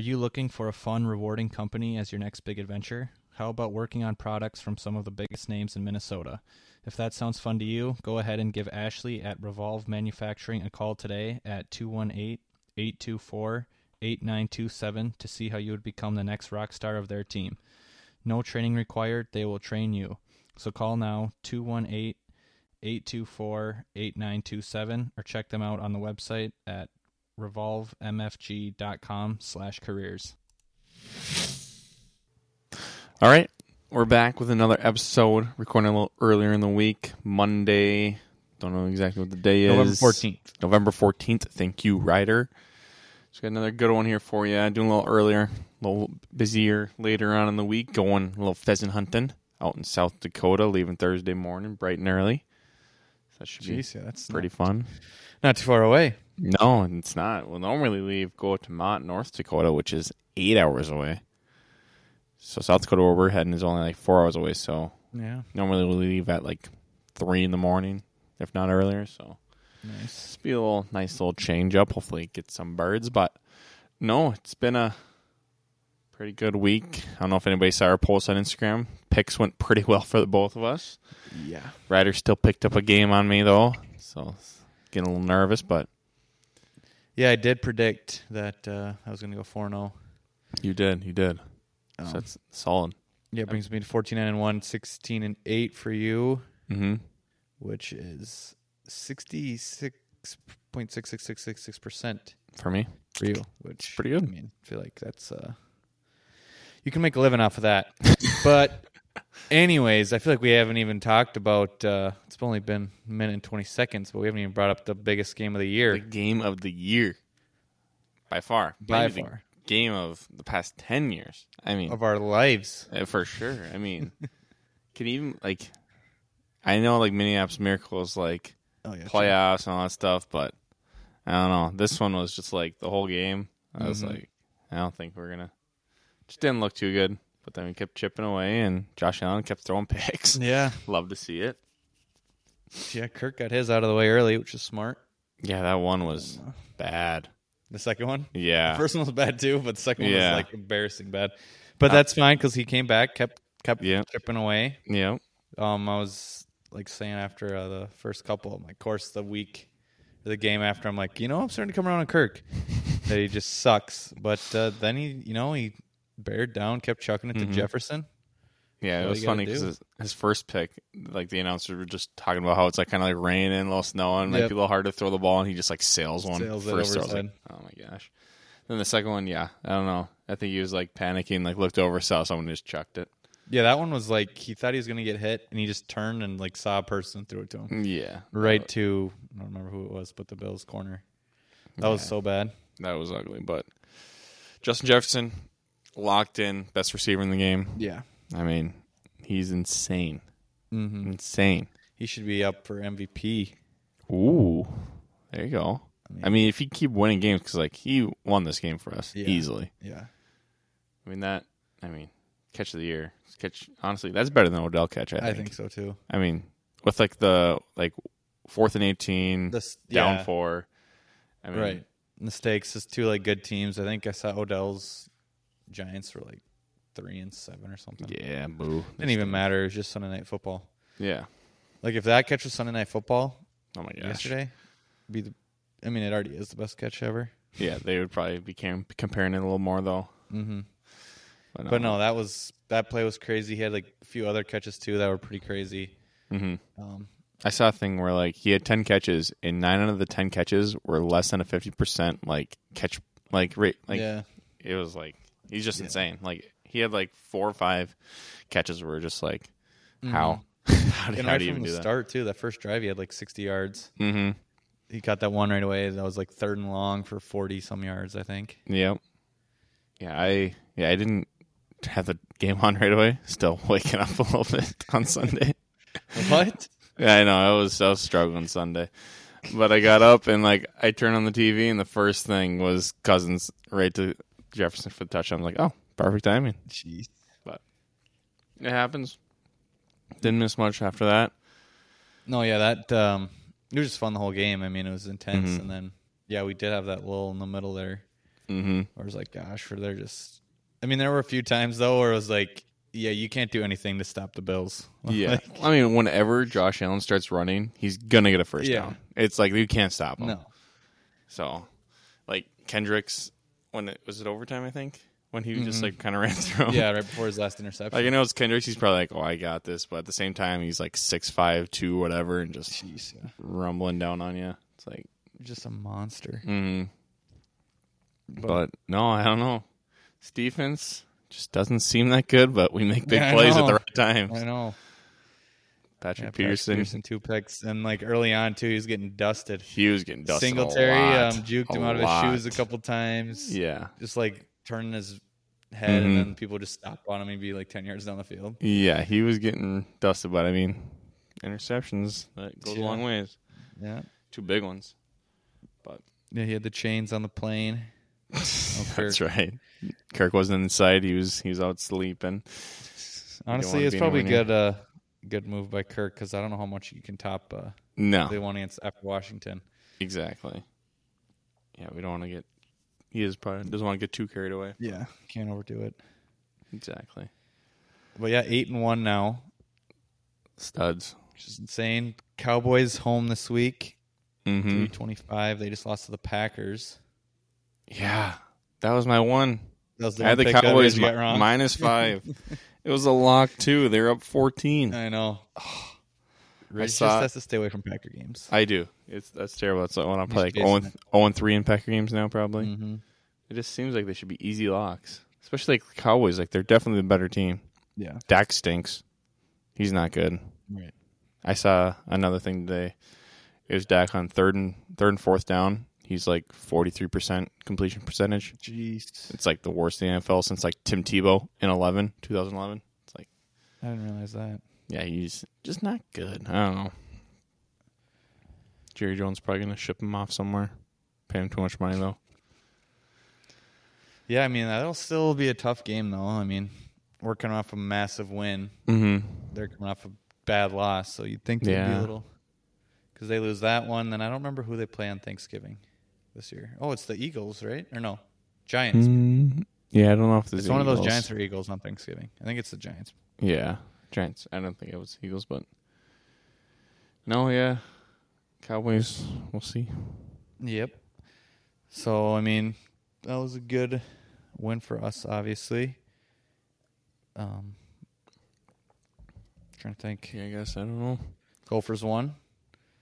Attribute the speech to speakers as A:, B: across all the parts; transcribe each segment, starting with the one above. A: you looking for a fun, rewarding company as your next big adventure? How about working on products from some of the biggest names in Minnesota? If that sounds fun to you, go ahead and give Ashley at Revolve Manufacturing a call today at 218 824 8927 to see how you would become the next rock star of their team. No training required, they will train you. So call now 218 824 8927 or check them out on the website at revolvemfg.com slash careers.
B: All right. We're back with another episode, recording a little earlier in the week, Monday. Don't know exactly what the day is.
A: November 14th.
B: November 14th. Thank you, Ryder. Just got another good one here for you. Doing a little earlier, a little busier later on in the week, going a little pheasant hunting out in South Dakota, leaving Thursday morning bright and early. So that should
C: Jeez, yeah, that's
B: be pretty fun.
C: not too far away.
B: No, it's not. We'll normally leave, go to Mont, North Dakota, which is eight hours away. So South Dakota, where we're heading, is only like four hours away. So
C: Yeah,
B: normally we leave at like three in the morning, if not earlier. So
A: Nice.
B: it's be a little nice little change up. Hopefully get some birds. But no, it's been a pretty good week. I don't know if anybody saw our post on Instagram. Picks went pretty well for the both of us.
C: yeah.
B: Ryder still picked up a game on me though, so getting a little nervous, but
C: Yeah, I did predict that uh, I was going to go 4 0.
B: you did, you did.
C: Oh.
B: So that's solid.
C: Yeah, it brings me to 49 and 1, 16 and 8 for you,
B: Mm-hmm.
C: which is 66.66666%
B: For me,
C: for you, which
B: pretty good.
C: I mean, I feel like that's uh you can make a living off of that. but anyways, I feel like we haven't even talked about uh it's only been a minute and 20 seconds, but we haven't even brought up the biggest game of the
B: the
C: year
B: game of the year by far.
C: by
B: Maybe the
C: far
B: game of the past ten years. I mean,
C: of our lives.
B: Uh, For sure. I mean, can even like, I know like Minneapolis Miracles like
C: Oh yeah.
B: playoffs and all that stuff, but I don't know. This one was just like the whole game. I was like, I don't think we're gonna. Just didn't look too good. But then we kept chipping away, and Josh Allen kept throwing picks.
C: Yeah.
B: Love to see it.
C: Yeah, Kirk got his out of the way early, which is smart.
B: Yeah, that one was bad.
C: The second one?
B: Yeah,
C: First one was bad too, but the second one
B: Yeah.
C: was like embarrassing bad. But that's fine because he came back, kept kept
B: Yeah.
C: chipping away.
B: yeah,
C: um, I was like saying after uh, the first couple, of my course the week, the game after, I'm like, you know, I'm starting to come around on Kirk. that he just sucks, but uh, then he, you know, he bared down, kept chucking it to Jefferson.
B: yeah. It
C: all
B: was
C: you gotta
B: funny because
C: do.
B: his, his first pick, like the announcers were just talking about how it's like kind of like rain and a little snow and it might
C: Yep.
B: be a little hard to throw the ball, and he just like sails one
C: Sails it
B: first.
C: over
B: I was
C: his
B: like, oh my gosh. Then the second one, yeah, I don't know. I think he was like panicking, like looked over, saw someone just chucked it.
C: Yeah, that one was like he thought he was gonna get hit, and he just turned and like saw a person and threw it to him
B: Yeah,
C: right to I don't remember who it was, but the Bills corner. That was so bad.
B: that was ugly. But Justin Jefferson locked in, best receiver in the game.
C: Yeah,
B: I mean, he's insane, mm-hmm. insane.
C: he should be up for MVP.
B: Ooh, there you go. I mean, if he keep winning games, because like he won this game for us
C: Yeah.
B: easily.
C: Yeah,
B: I mean that. I mean, catch of the year. Catch. Honestly, that's better than Odell catch. I think.
C: I think so too.
B: I mean, with like the like fourth and eighteen
C: This
B: down
C: yeah.
B: four. I mean,
C: Right. Mistakes is two like good teams. I think I saw Odell's Giants were like three and seven or something.
B: Yeah, boo.
C: Didn't even matter. It was just Sunday night football.
B: Yeah.
C: Like if that catch was Sunday night football
B: Oh my gosh.
C: yesterday, be the. I mean, it already is the best catch ever.
B: Yeah, they would probably be cam- comparing it a little more though.
C: hmm
B: But no.
C: But no, that was that play was crazy. He had like a few other catches too that were pretty crazy.
B: Mhm.
C: Um,
B: I saw a thing where like he had ten catches, and nine out of the ten catches were less than a fifty percent like catch like rate. Like
C: yeah,
B: it was like he's just insane. Like he had like four or five catches where just like how how do,
C: and
B: how
C: Mm-hmm. right
B: do you
C: from
B: even
C: the
B: do that?
C: start too. That first drive, he had like sixty yards.
B: Mm-hmm.
C: He got that one right away. That was like third and long for forty some yards, I think.
B: Yep. Yeah, I yeah I didn't have the game on right away. Still waking up a little bit on Sunday.
C: what?
B: Yeah, I know. I was I was struggling Sunday, but I got up and like I turned on the TV and the first thing was Cousins right to Jefferson for the touchdown. I'm like, oh, perfect timing.
C: Jeez.
B: It happens. Didn't miss much after that.
C: No, yeah, that um, it was just fun the whole game. I mean, it was intense, and then yeah, we did have that lull in the middle there.
B: Mm-hmm.
C: I was like, gosh, where they're just. I mean, there were a few times though where it was like, yeah, you can't do anything to stop the Bills.
B: Yeah.
C: Like,
B: I mean, whenever Josh Allen starts running, he's going to get a first
C: Yeah.
B: down. It's like you can't stop him.
C: no.
B: So, like Kendricks, when it was it overtime, I think, when he just like kind of ran through. him.
C: Mm-hmm. Yeah, right before his last interception.
B: Like Oh. I know it's Kendricks, he's probably like, "Oh, I got this," but at the same time, he's like six five two, whatever, and just
C: Jeez, yeah.
B: rumbling down on you. It's like,
C: just a monster.
B: mm. but no, I don't know. This defense just doesn't seem that good, but we make big
C: Yeah, I
B: plays at
C: know.
B: the right times.
C: I know. Yeah,
B: Patrick
C: Patrick
B: Mm-hmm. Peterson,
C: Peterson, two picks, and like early on too, he was getting dusted.
B: he was getting dusted. a
C: Singletary
B: lot,
C: um, juked him
B: a
C: out of
B: lot.
C: his shoes a couple times.
B: Yeah,
C: just like turning his head,
B: Mhm.
C: and then people just stop on him and be like ten yards down the field.
B: Yeah, he was getting dusted, but I mean, interceptions that goes a long
C: Yeah.
B: ways.
C: Yeah,
B: Two big ones.
C: yeah. He had the chains on the plane. Oh,
B: That's right. Kirk wasn't inside. He was he was out sleeping.
C: Honestly,
B: wanna
C: it's
B: be
C: probably
B: anywhere
C: good. Uh, good move by Kirk because I don't know how much you can top uh,
B: No,
C: they won against after Washington.
B: exactly. Yeah, we don't want to get. He is probably doesn't want to get too carried away.
C: Yeah, can't overdo it.
B: Exactly.
C: But yeah, eight and one now,
B: Studs.
C: which is insane. Cowboys home this week,
B: Mm-hmm.
C: three twenty-five. They just lost to the Packers.
B: Yeah, that was my one.
C: That was the
B: I
C: one
B: had the
C: pick that
B: Cowboys
C: Reggie got
B: mi-
C: wrong.
B: minus five. it was a lock too. They're up fourteen.
C: I know. Rich
B: saw-
C: just has to stay away from Packer games.
B: I do. It's that's terrible. That's when I'm
C: He's
B: like
C: chasing
B: 0
C: it.
B: 0 3 in Packer games now. Probably.
C: hmm
B: It just seems like they should be easy locks, especially like the Cowboys. Like they're definitely the better team.
C: Yeah.
B: Dak stinks. He's not good.
C: Right.
B: I saw another thing today. It was Dak on third and third and fourth down. He's like forty three percent completion percentage.
C: Jeez.
B: It's like the worst in the NFL since like Tim Tebow in 11, 2011. It's like
C: I didn't realize that.
B: yeah, he's just not good. I don't know. Jerry Jones probably gonna ship him off somewhere. Pay him too much money though.
C: Yeah, I mean that'll still be a tough game though. I mean, we're coming off a massive win.
B: Mm-hmm.
C: They're coming off a bad loss, so you'd think they'd be
B: Yeah.
C: a little. Because they lose that one, then I don't remember who they play on Thanksgiving this year. Oh, it's the Eagles, right? Or no, Giants.
B: Mm. Mm-hmm. yeah, I don't know if
C: It's one of those Giants or Eagles on Thanksgiving. I think it's the Giants.
B: Yeah, Giants. I don't think it was Eagles, but no, yeah, Cowboys. We'll see.
C: Yep. So I mean, that was a good win for us, obviously. Um, trying to think.
B: Yeah, I guess I don't know.
C: Gophers won.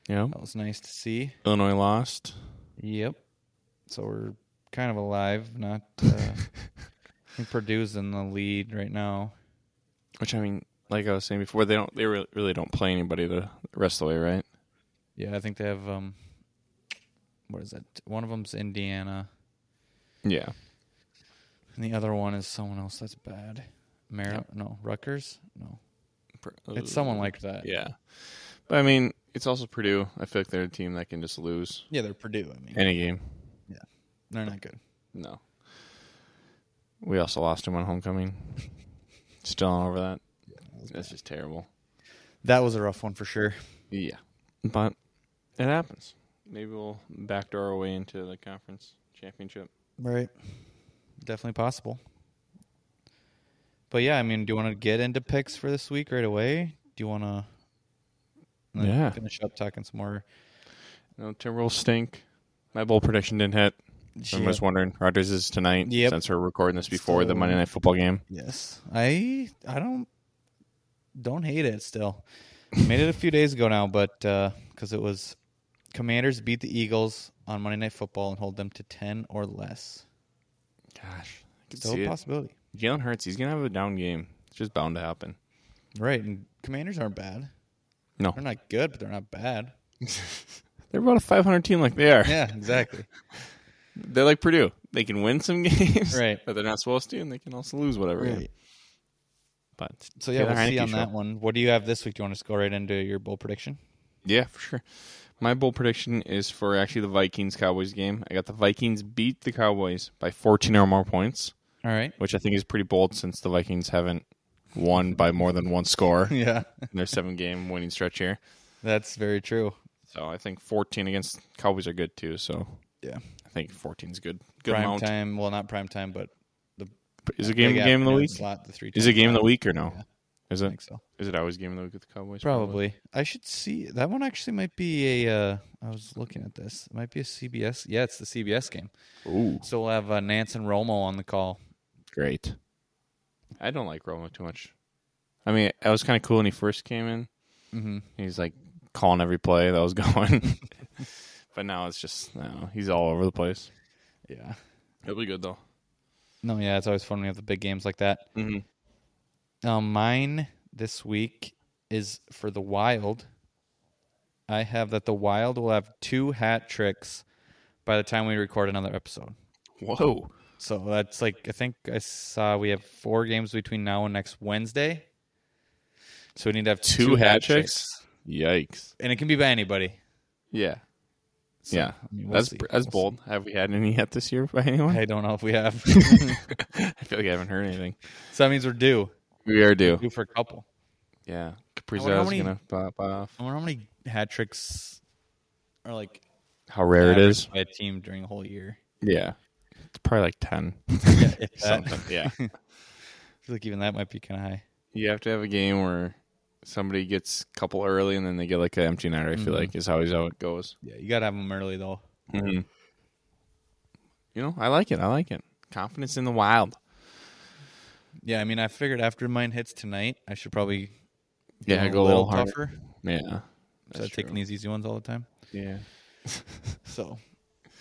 B: Yeah,
C: That was nice to see.
B: Illinois lost.
C: Yep. So we're kind of alive. Not uh, I think Purdue's in the lead right now.
B: Which I mean, like I was saying before, they don't. They re- really don't play anybody the rest of the way, right?
C: Yeah, I think they have. Um, what is that? One of them's Indiana,
B: Yeah.
C: and the other one is someone else that's bad. Mar- No, Rutgers. No, it's someone like that.
B: Yeah, but I mean, it's also Purdue. I feel like they're a team that can just lose
C: Yeah, they're Purdue. I mean,
B: any game.
C: they're not good.
B: No. We also lost him on homecoming. Still not over that. That's just terrible.
C: That was a rough one for sure.
B: Yeah. But it happens. Maybe we'll backdoor our way into the conference championship.
C: Right. Definitely possible. But yeah, I mean, do you want to get into picks for this week right away? Do you want to
B: Yeah.
C: finish up talking some more?
B: No, Timberwolves stink. My bold prediction didn't hit. So I'm
C: Yeah.
B: just wondering. Rogers is tonight
C: Yep.
B: since we're recording this before the
C: Still-
B: Monday Night Football game.
C: Yes. I I don't don't hate it still. Made it a few days ago now, but because it was Commanders beat the Eagles on Monday Night Football and hold them to 10 or less.
B: Gosh. I can
C: Still
B: see
C: a
B: it.
C: possibility.
B: Jalen Hurts, he's going to have a down game. It's just bound to happen.
C: Right. And Commanders aren't bad.
B: No.
C: They're not good, but they're not bad.
B: They're about a 500 team like they are.
C: Yeah, exactly.
B: They're like Purdue. They can win some games,
C: Right.
B: But they're not supposed to, and they can also lose whatever.
C: right.
B: But
C: So yeah,
B: Taylor
C: we'll see
B: Heineke
C: on
B: show.
C: that one. What do you have this week? Do you want to just go right into your bowl prediction?
B: Yeah, for sure. My bold prediction is for actually the Vikings Cowboys game. I got the Vikings beat the Cowboys by 14 or more points,
C: All right.
B: which I think is pretty bold since the Vikings haven't won by more than one score in
C: Yeah,
B: their seven game winning stretch here.
C: that's very true.
B: So I think 14 against Cowboys are good too. So
C: Yeah.
B: I think 14 is good. Good
C: prime
B: amount.
C: time. Well, not prime time, but
B: Is it
C: that
B: game
C: big
B: game of the
C: afternoon
B: week?
C: Slot, the three
B: Is it
C: time
B: game of the
C: slot.
B: week or no?
C: Yeah.
B: Is
C: I
B: it?
C: think so.
B: Is it always game of the week with the Cowboys?
C: Probably. I should see that one. Actually, might be a. Uh, I was looking at this. It might be a CBS. Yeah, it's the CBS game.
B: Ooh,
C: So we'll have uh, Nance and Romo on the call.
B: great. I don't like Romo too much. I mean, I was kind of cool when he first came in.
C: Mm-hmm.
B: He's like calling every play that was going. but now it's just, I don't know, he's all over the place.
C: Yeah.
B: It'll be good though.
C: No, yeah, it's always fun when we have the big games like that.
B: Mm-hmm.
C: Um, mine this week is for the Wild. I have that the Wild will have two hat tricks by the time we record another episode.
B: Whoa.
C: So that's like I think I saw we have four games between now and next Wednesday. So we need to have
B: Two
C: two,
B: hat tricks? Yikes.
C: and it can be by anybody.
B: Yeah.
C: So,
B: yeah.
C: I mean, we'll
B: that's
C: see.
B: that's
C: We'll
B: bold. Have we had any yet this year by
C: see.
B: anyone?
C: I don't know if we have.
B: I feel like I haven't heard anything.
C: so that means we're due.
B: We are due.
C: Due for a couple.
B: Yeah.
C: I wonder how
B: Caprizo's
C: many-
B: gonna pop off.
C: I wonder how many hat tricks are like
B: How rare it
C: averaged
B: is.
C: by a team during a whole year.
B: Yeah. It's probably like ten.
C: If that-
B: Something. Yeah.
C: I feel like even that might be kind of high.
B: You have to have a game where somebody gets a couple early and then they get like an empty netter, I feel like is how how it goes.
C: Yeah, you gotta have them early though.
B: You know, I like it. I like it. Confidence in the wild.
C: Yeah, I mean, I figured after mine hits tonight, I should probably
B: Yeah,
C: get
B: go a little harder.
C: tougher.
B: Yeah.
C: Instead of taking these easy ones all the time.
B: Yeah.
C: So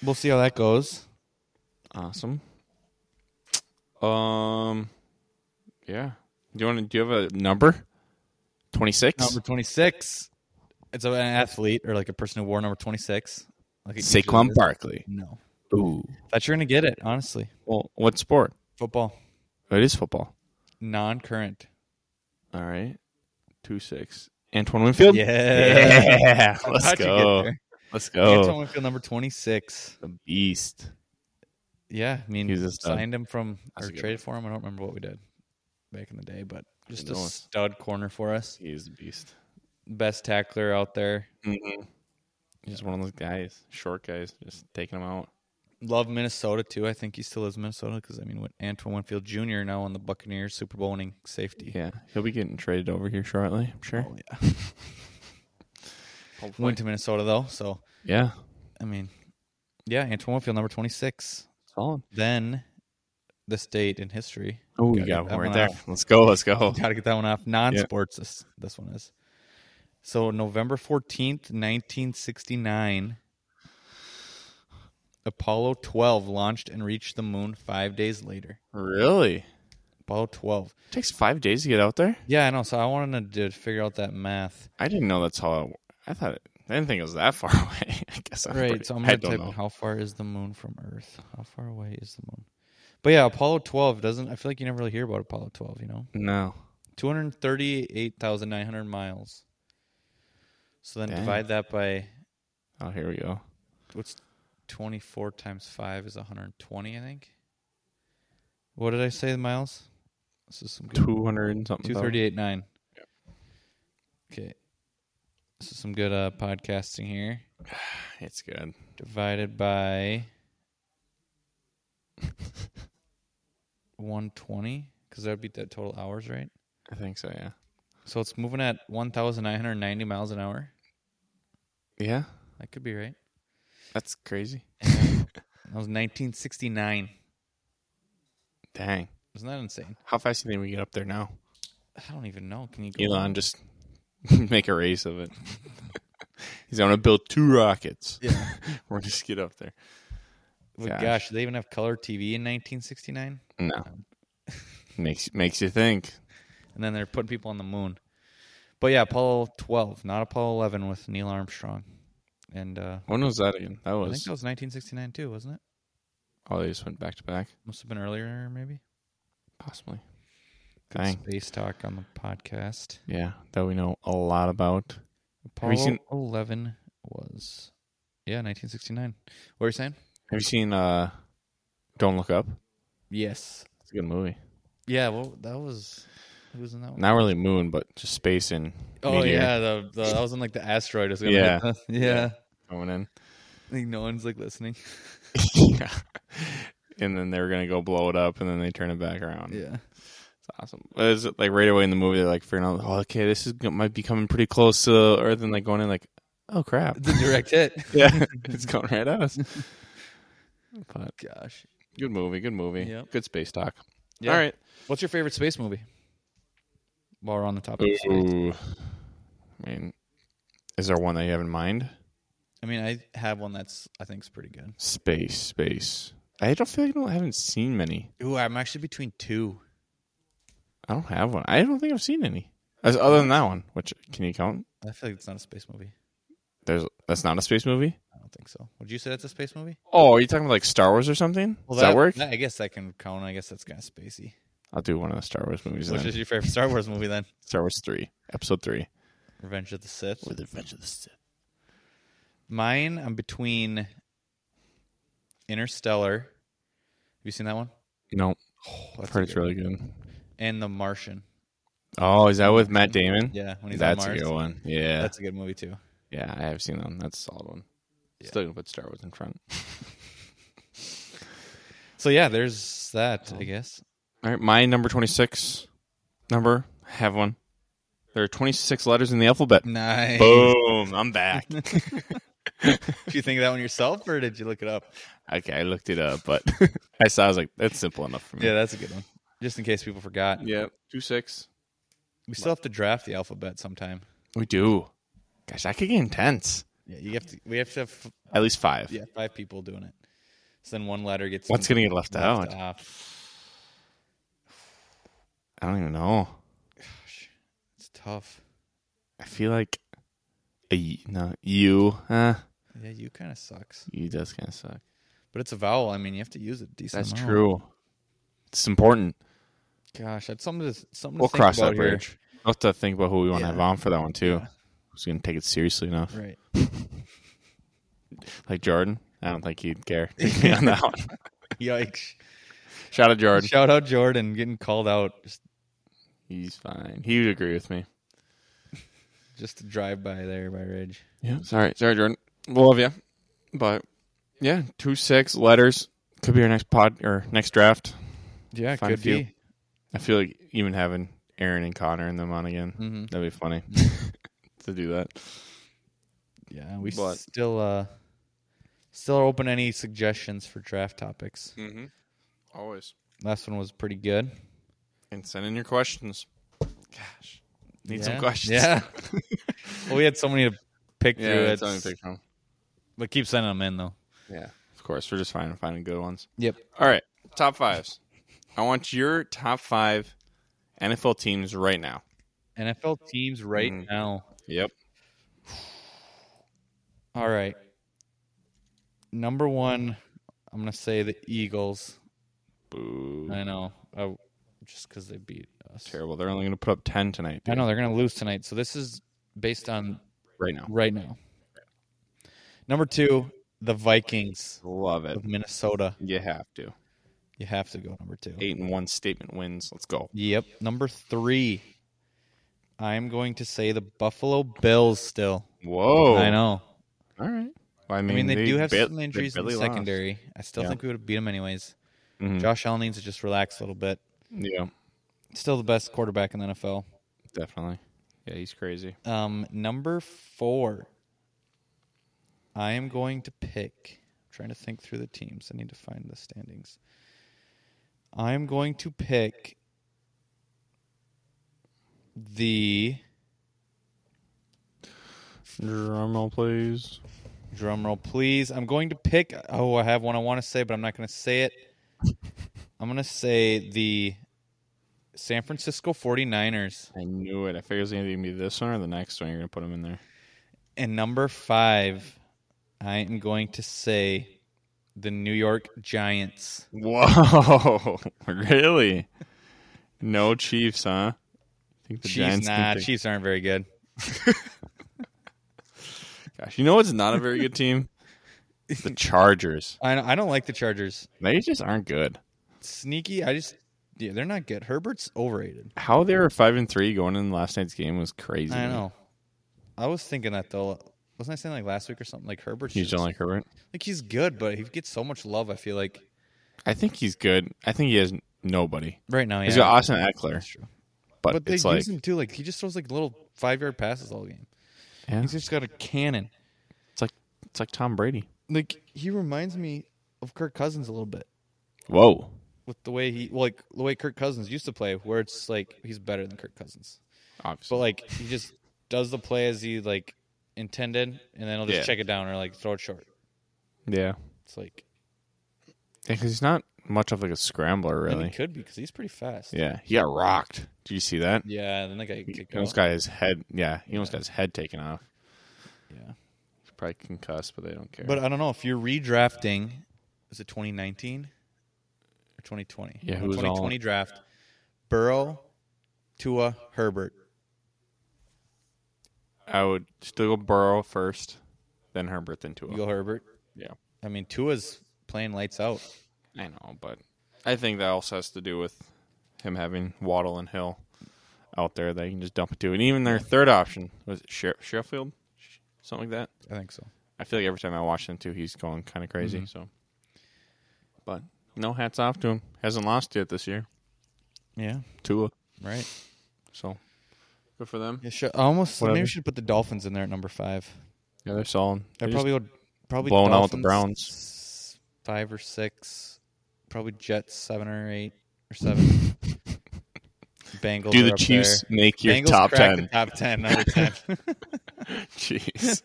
C: we'll see how that goes.
B: Awesome. Um yeah. Do you want to do you have a number? 26?
C: Number twenty six. It's an athlete or like a person who wore number twenty six. Like it usually
B: Saquon
C: is.
B: Barkley.
C: No,
B: Ooh.
C: thought you're gonna get it. Honestly,
B: Well, what sport?
C: football
B: It is football.
C: non current.
B: All right. 2 6. Antoine Winfield?
C: Yeah,
B: Yeah.
C: How'd
B: Let's
C: you get
B: go.
C: there?
B: Let's
C: Antoine
B: go.
C: Winfield number twenty six.
B: The beast.
C: Yeah, I mean,
B: He's a stud.
C: signed him from
B: That's
C: or
B: a good
C: traded for him. I don't remember what we did back in the day, but just a
B: knows?
C: stud corner for us.
B: He is the beast.
C: Best tackler out there.
B: Mm-hmm. He's one of those guys, short guys, just taking him out.
C: Love Minnesota too. I think he still is Minnesota because I mean, with Antoine Winfield Jr. now on the Buccaneers, Super Bowl winning safety.
B: Yeah, he'll be getting traded over here shortly. I'm sure.
C: Oh, yeah. Went to Minnesota though, so
B: Yeah,
C: I mean, yeah, Antoine Winfield number twenty six.
B: solid.
C: Then this date in history.
B: Oh, we
C: Gotta
B: got
C: get that
B: one right
C: one
B: there.
C: out.
B: Let's go. Let's go.
C: Got to get that one off. Non-sports. This this one is. So November fourteenth, nineteen sixty-nine. Apollo twelve launched and reached the moon five days later.
B: Really?
C: Apollo twelve.
B: takes five days to get out there.
C: Yeah, I know. So I wanted to figure out that math.
B: I didn't know that's how. It, I thought it, I didn't think it was that far away. I guess. I'm
C: right.
B: pretty-
C: so I'm
B: I
C: gonna
B: don't
C: type
B: know.
C: in how far is the moon from Earth? How far away is the moon? But yeah, Apollo 12 doesn't. I feel like you never really hear about Apollo 12. You know,
B: No.
C: 238,900 miles. So then
B: Dang.
C: divide that by
B: Oh, here we go.
C: what's 24 times five is 120. I think. What did I say? The miles. This is some good.
B: Two hundred and something.
C: Two
B: thousand.
C: thirty-eight nine. Okay. This is some good uh, podcasting here.
B: It's good.
C: divided by 120 because that would be the total hours right
B: I think so. Yeah.
C: so it's moving at 1990 miles an hour
B: Yeah.
C: that could be right
B: That's crazy.
C: that was 1969
B: Dang.
C: isn't that insane
B: How fast do you think we get up there now?
C: i don't even know can you go
B: Elon just make a race of it. He's going to build two rockets.
C: yeah
B: We're just get up there.
C: Well,
B: Gosh.
C: gosh. did they even have color tv in 1969
B: No. makes makes you think.
C: and then they're putting people on the moon but yeah apollo 12 not apollo 11 with neil armstrong and uh
B: When was that again? That
C: i
B: was
C: think that was 1969 too wasn't it
B: oh, they just went back to back,
C: must have been earlier maybe
B: possibly. Dang.
C: space talk on the podcast.
B: Yeah, that we know a lot about. Have
C: Apollo
B: you seen-
C: 11 was, yeah, 1969. What are you saying?
B: Have you seen uh Don't Look Up?
C: Yes.
B: It's a good movie.
C: Yeah, well, that was, who was in that one?
B: Not really moon, but just space and
C: oh,
B: meteor
C: yeah, the, the, that was in like the asteroid. Is gonna
B: Yeah.
C: hit the- yeah.
B: coming in.
C: Like no one's like listening.
B: yeah. And then they're gonna go blow it up, and then they turn it back around.
C: Yeah.
B: it's awesome. But It's like right away in the movie, they're like figuring out, oh, okay, this is might be coming pretty close to Earth, and like going in, like, oh crap,
C: It's a direct hit.
B: yeah, it's going right at us. But
C: Gosh.
B: good movie, good movie,
C: Yep.
B: good space talk.
C: Yeah.
B: All right,
C: What's your favorite space movie? While we're on the topic of space.
B: Ooh. I mean, is there one that you have in mind?
C: I mean, I have one that's I think's pretty good.
B: Space, space. I don't feel like I don't, haven't seen many.
C: Ooh, I'm actually between two.
B: I don't have one. I don't think I've seen any. As, other than that one, which can you count?
C: I feel like it's not a space movie.
B: There's that's not a space movie.
C: I don't think so. Would you say that's a space movie?
B: Oh, are you talking about like Star Wars or something? Does that, work?
C: I guess that can count. I guess that's kind of spacey.
B: I'll do one of the Star Wars movies.
C: Which
B: then.
C: is your favorite Star Wars movie then?
B: Star Wars three, episode three.
C: Revenge of the Sith.
B: the Revenge of the Sith.
C: Mine, I'm between Interstellar. Have you seen that one?
B: No,
C: Oh,
B: I've
C: that's a
B: heard it's
C: good one.
B: really good.
C: And The Martian.
B: Oh, is that with Matt Damon?
C: Yeah, when he's
B: that's
C: on
B: a
C: Mars.
B: good one. Yeah,
C: That's a good movie too.
B: yeah, I have seen that. One. That's a solid one.
C: Yeah.
B: Still gonna put Star Wars in front.
C: So yeah, there's that. I guess.
B: All right, my number twenty six number I have one. There are twenty six letters in the alphabet.
C: Nice.
B: Boom! I'm back.
C: Did you think of that one yourself, or did you look it up?
B: okay, I looked it up, but I saw. I was like, that's simple enough for me.
C: Yeah, that's a good one. Just in case people forgot,
B: yeah. Two six.
C: we still have to draft the alphabet sometime.
B: We do. Gosh, that could get intense.
C: Yeah, you have to. We have to have
B: At least five.
C: yeah five people doing it. So then one letter gets
B: What's gonna get left, out?
C: left off.
B: I don't even know.
C: Gosh, it's tough.
B: I feel like a y- no you. Uh,
C: Yeah, you kind of sucks.
B: you does kind of suck.
C: But it's a vowel. I mean, you have to use it a decent.
B: That's
C: amount.
B: true. It's important.
C: Gosh, that's something to something
B: We'll
C: to think
B: cross
C: about
B: that bridge. We'll have to think about who we want to
C: Yeah.
B: have on for that one too. Who's gonna take it seriously enough?
C: here. Right.
B: Like Jordan. I don't think he'd care Take me on that one.
C: Yikes!
B: Shout out Jordan.
C: Shout out Jordan getting called out just,
B: He's fine. He would agree with me.
C: just to drive by there by Ridge.
B: Yeah. Sorry, sorry, Jordan. We'll love you, but yeah, two six letters could be our next pod or next draft.
C: Yeah,
B: Find a few. I feel like even having Aaron and Connor and them on again
C: Mm-hmm.
B: that'd be funny to do that.
C: Yeah, we
B: But-
C: still uh still are open to any suggestions for draft topics.
B: Mm-hmm. Always.
C: Last one was pretty good.
B: And send in your questions. Gosh. Need some
C: Yeah.
B: questions.
C: Yeah. well, we had so many to pick
B: Yeah,
C: through.
B: that's
C: it's-
B: only pick from.
C: But keep sending them in though.
B: Yeah. Of course. We're just finding finding good ones.
C: Yep.
B: All right. Top fives. I want your top five NFL teams right now.
C: NFL teams right
B: Mhm.
C: now.
B: Yep.
C: All right. Number one, I'm gonna say the Eagles.
B: Boo.
C: I know, uh, just because they beat us.
B: Terrible. They're only gonna put up ten tonight.
C: I
B: dude.
C: know they're gonna lose tonight. So this is based on
B: Right now.
C: right now. Number two, the Vikings
B: Love it.
C: of Minnesota.
B: You have to.
C: You have to go number two.
B: Eight and one statement wins. Let's go.
C: Yep. Number three, I'm going to say the Buffalo Bills still.
B: Whoa.
C: I know.
B: All right. Well, Oh. I
C: I
B: mean,
C: mean, they, do have
B: ba-
C: some
B: they
C: injuries in the
B: barely lost.
C: secondary. I still
B: Yeah.
C: think we would have beat them anyways.
B: Mhm.
C: Josh Allen needs to just relax a little bit.
B: Yeah,
C: Still the best quarterback in the NFL.
B: definitely. Yeah, he's crazy.
C: Um, number four, I am going to pick. I'm trying to think through the teams. I need to find the standings. I am going to pick the
B: Drum roll, please.
C: drum roll, please. I'm going to pick. Oh, I have one I want to say, but I'm not going to say it. I'm going to say the San Francisco 49ers.
B: I knew it. I figured it was either gonna be this one or the next one. You're gonna put him in there.
C: And number five, I am going to say the New York Giants.
B: Whoa, really? No Chiefs, huh? I think the
C: Chiefs,
B: can
C: nah,
B: take-
C: Chiefs aren't very good.
B: Gosh, you know what's not a very good team? the Chargers.
C: I I don't like the Chargers.
B: They just aren't good.
C: Sneaky, I just yeah, they're not good. Herbert's overrated.
B: How they were five and three going in last night's game was crazy.
C: I know. I was thinking that though wasn't I saying like last week or something? Like Herbert's
B: You
C: just-
B: don't like Herbert?
C: like he's good, but he gets so much love. I feel like
B: I think he's good. I think he has nobody.
C: right now, yeah,
B: He's got Austin Eckler,
C: That's true.
B: but,
C: But they
B: it's
C: use
B: like
C: him too. Like he just throws like little five yard passes all game.
B: yeah,
C: He's just got a cannon.
B: it's like it's like Tom Brady.
C: Like he reminds me of Kirk Cousins a little bit
B: Whoa,
C: with the way he well, like the way Kirk Cousins used to play, where it's like he's better than Kirk Cousins. But
B: obviously.
C: like he just does the play as he like intended, and then he'll just
B: Yeah.
C: check it down or like throw it short.
B: yeah,
C: It's like
B: because he's not much of like a scrambler
C: and
B: really.
C: he could be because he's pretty fast.
B: Yeah, he got rocked. Did you see that?
C: yeah. And then the guy
B: He
C: kicked out.
B: almost got his head. Yeah, he almost got his head taken off.
C: yeah.
B: He's probably concussed, but they don't care.
C: But uh, I don't know if you're redrafting. Is it 2019 or 2020?
B: Yeah,
C: No,
B: who was all-
C: 2020 draft. Burrow, Tua, Herbert.
B: I would still go Burrow first, then Herbert, then Tua.
C: You go Herbert.
B: Yeah.
C: I mean, Tua's playing lights out.
B: I know, but I think that also has to do with him having Waddle and Hill out there that you can just dump it to. And even their third option was it Sheff- Sheffield, Sh- something like that.
C: I think so.
B: I feel like every time I watch him too, he's going kind of crazy. So, but no hats off to him. Hasn't lost yet this year.
C: Yeah.
B: Tua,
C: Right.
B: so good for them.
C: Yeah, sure. I almost maybe
B: Whatever.
C: we should put the Dolphins in there at number five.
B: Yeah, they're solid.
C: I
B: They're
C: probably would probably
B: blowing out
C: Dolphins
B: the Browns.
C: s- Five or six. Probably Jets seven or eight or seven. Bengals
B: just- do
C: are
B: the
C: up
B: Chiefs
C: there.
B: make your
C: Bengals
B: top
C: crack
B: ten?
C: The top ten. Number ten.
B: Jeez,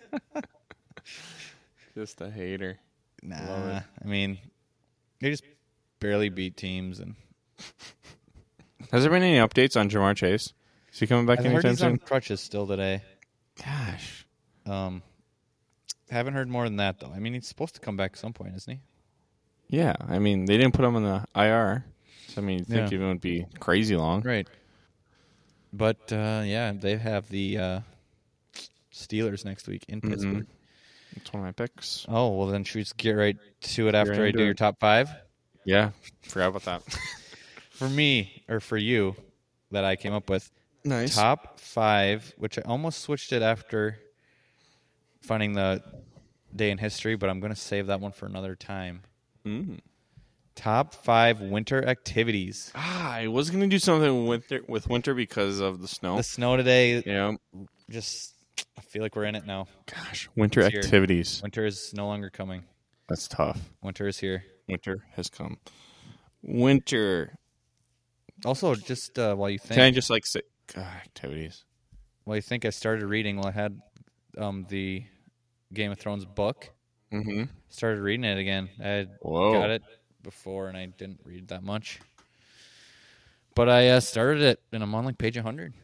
B: just a hater.
C: Nah, I mean, they just barely beat teams, and
B: Has there been any updates on Jamar Chase? Is he coming back
C: I heard
B: anytime
C: he's on
B: soon?
C: crutches still today.
B: Gosh,
C: Um, haven't heard more than that though. I mean, he's supposed to come back at some point, isn't he?
B: yeah. I mean, they didn't put him on the IR, so I mean, you think
C: Yeah.
B: it would be crazy long.
C: Right. But uh, yeah, they have the uh, Steelers next week in Pittsburgh.
B: It's one of my picks.
C: Oh well, then should we just get right to it after I
B: into
C: do your
B: it.
C: top five?
B: Yeah, forgot about that.
C: For me or for you, that I came up with
B: nice.
C: top five, which I almost switched it after finding the day in history, but I'm going to save that one for another time. Mm-hmm.
B: Mm.
C: Top five winter activities.
B: Ah, I was gonna do something with winter, with winter because of the snow.
C: The snow today,
B: yeah.
C: just I feel like we're in it now.
B: Gosh, winter
C: It's here.
B: activities.
C: Winter is no longer coming.
B: That's tough.
C: Winter is here.
B: Winter has come. Winter.
C: Also, just uh, while you think,
B: Can I just like say God, activities?
C: while you think, I started reading. Well, I had um, the Game of Thrones book.
B: Mm-hmm.
C: Started reading it again. I had
B: Whoa.
C: got it before and I didn't read that much. But I uh, started it and I'm on like page 100.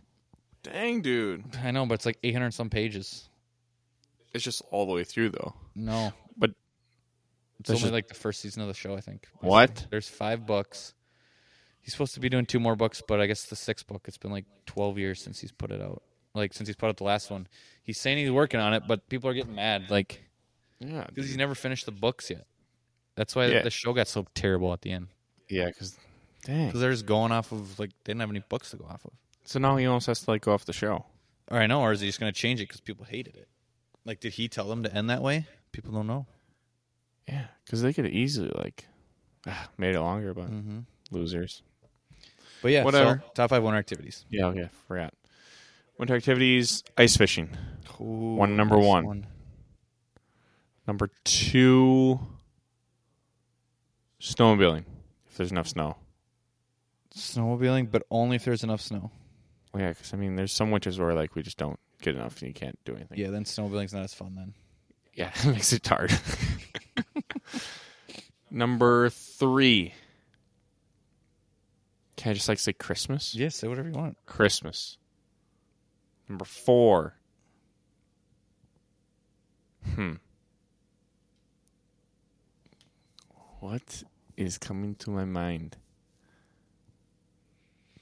B: Dang, dude.
C: I know, but it's like 800 and some pages.
B: It's just all the way through though.
C: No.
B: But
C: it's
B: that's
C: only
B: just-
C: like the first season of the show, I think.
B: What?
C: There's five books. He's supposed to be doing two more books, but I guess the sixth book, it's been like 12 years since he's put it out. Like since he's put out the last one. He's saying he's working on it, but people are getting mad. Like,
B: Yeah.
C: because he's never finished the books yet. That's why
B: Yeah.
C: the show got so terrible at the end.
B: Yeah, because dang.
C: Because they're just going off of, like, they didn't have any books to go off of.
B: So now he almost has to like go off the show.
C: Or I know, or is he just going to change it because people hated it? Like, did he tell them to end that way? People don't know.
B: Yeah, because they could easily like ah, made it longer, but
C: Mm-hmm.
B: losers.
C: But yeah,
B: Whatever.
C: So, top five winter activities.
B: Yeah, okay, forgot. Winter activities: ice fishing. One number nice one. Number two, snowmobiling. If there's enough snow.
C: Snowmobiling, but only if there's enough snow.
B: Well, yeah, because I mean, there's some winters where like we just don't get enough and you can't do anything.
C: Yeah, then snowmobiling's not as fun then.
B: yeah, it makes it hard. Number three. Can I just like say Christmas?
C: Yeah, say whatever you want.
B: Christmas. Number four. Hmm. What is coming to my mind?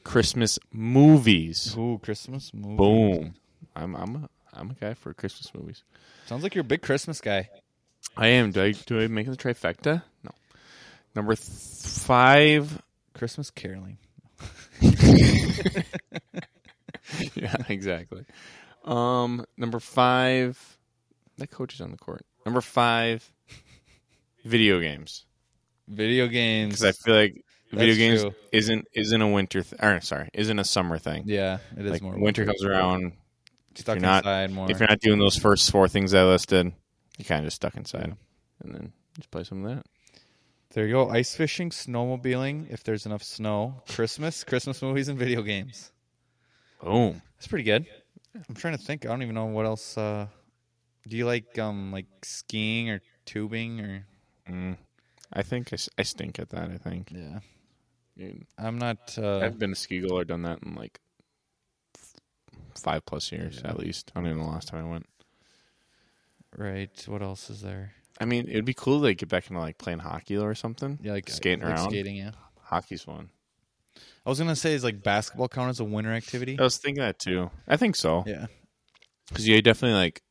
B: Christmas movies.
C: Ooh, Christmas movie.
B: Boom. I'm I'm a I'm a guy for Christmas movies.
C: Sounds like you're a big Christmas guy.
B: I am. Do I do I make the trifecta? No. Number th- five.
C: Christmas caroling.
B: yeah, exactly. Um, number five. That coach is on the court. Number five, video games.
C: Video games.
B: Because I feel like video
C: That's
B: games
C: true.
B: isn't isn't a winter th- or sorry isn't a summer thing.
C: yeah, it is
B: like
C: more
B: winter comes around.
C: stuck
B: you're not-
C: inside more.
B: If you're not doing those first four things I listed, you're kind of just stuck inside, and then just play some of that.
C: there you go. Ice fishing, snowmobiling. If there's enough snow, Christmas, Christmas movies, and video games.
B: Boom.
C: That's pretty good. I'm trying to think. I don't even know what else. Uh, do you like um like skiing or tubing or?
B: Mm. I think I, s- I stink at that. I think
C: Yeah,
B: Dude,
C: I'm not. Uh,
B: I've been a ski goer, done that in like f- five plus years at least. I don't even know the last time I went.
C: right. What else is there?
B: I mean, it'd be cool to like, get back into like playing hockey or something.
C: Yeah, like
B: skating
C: like
B: around.
C: Skating. Yeah.
B: Hockey's fun.
C: I was gonna say is like basketball count as a winter activity.
B: I was thinking that too. I think so.
C: Yeah.
B: Because you definitely like,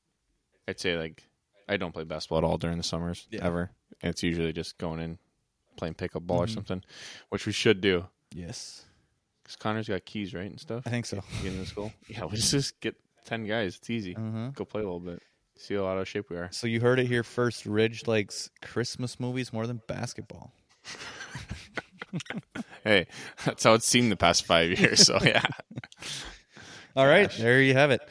B: I'd say like, I don't play basketball at all during the summers
C: Yeah.
B: ever. And it's usually just going in playing pickup ball or
C: Mhm.
B: something, which we should do.
C: Yes.
B: Because Connor's got keys, right, and stuff.
C: I think so.
B: Getting into school. Yeah, we just get ten guys. It's easy.
C: Uh-huh.
B: Go play a little bit. See how out of shape we are.
C: So you heard it here first. Ridge likes Christmas movies more than basketball.
B: Hey, that's how it seemed the past five years. So yeah,
C: All right,
B: Gosh.
C: there you have it.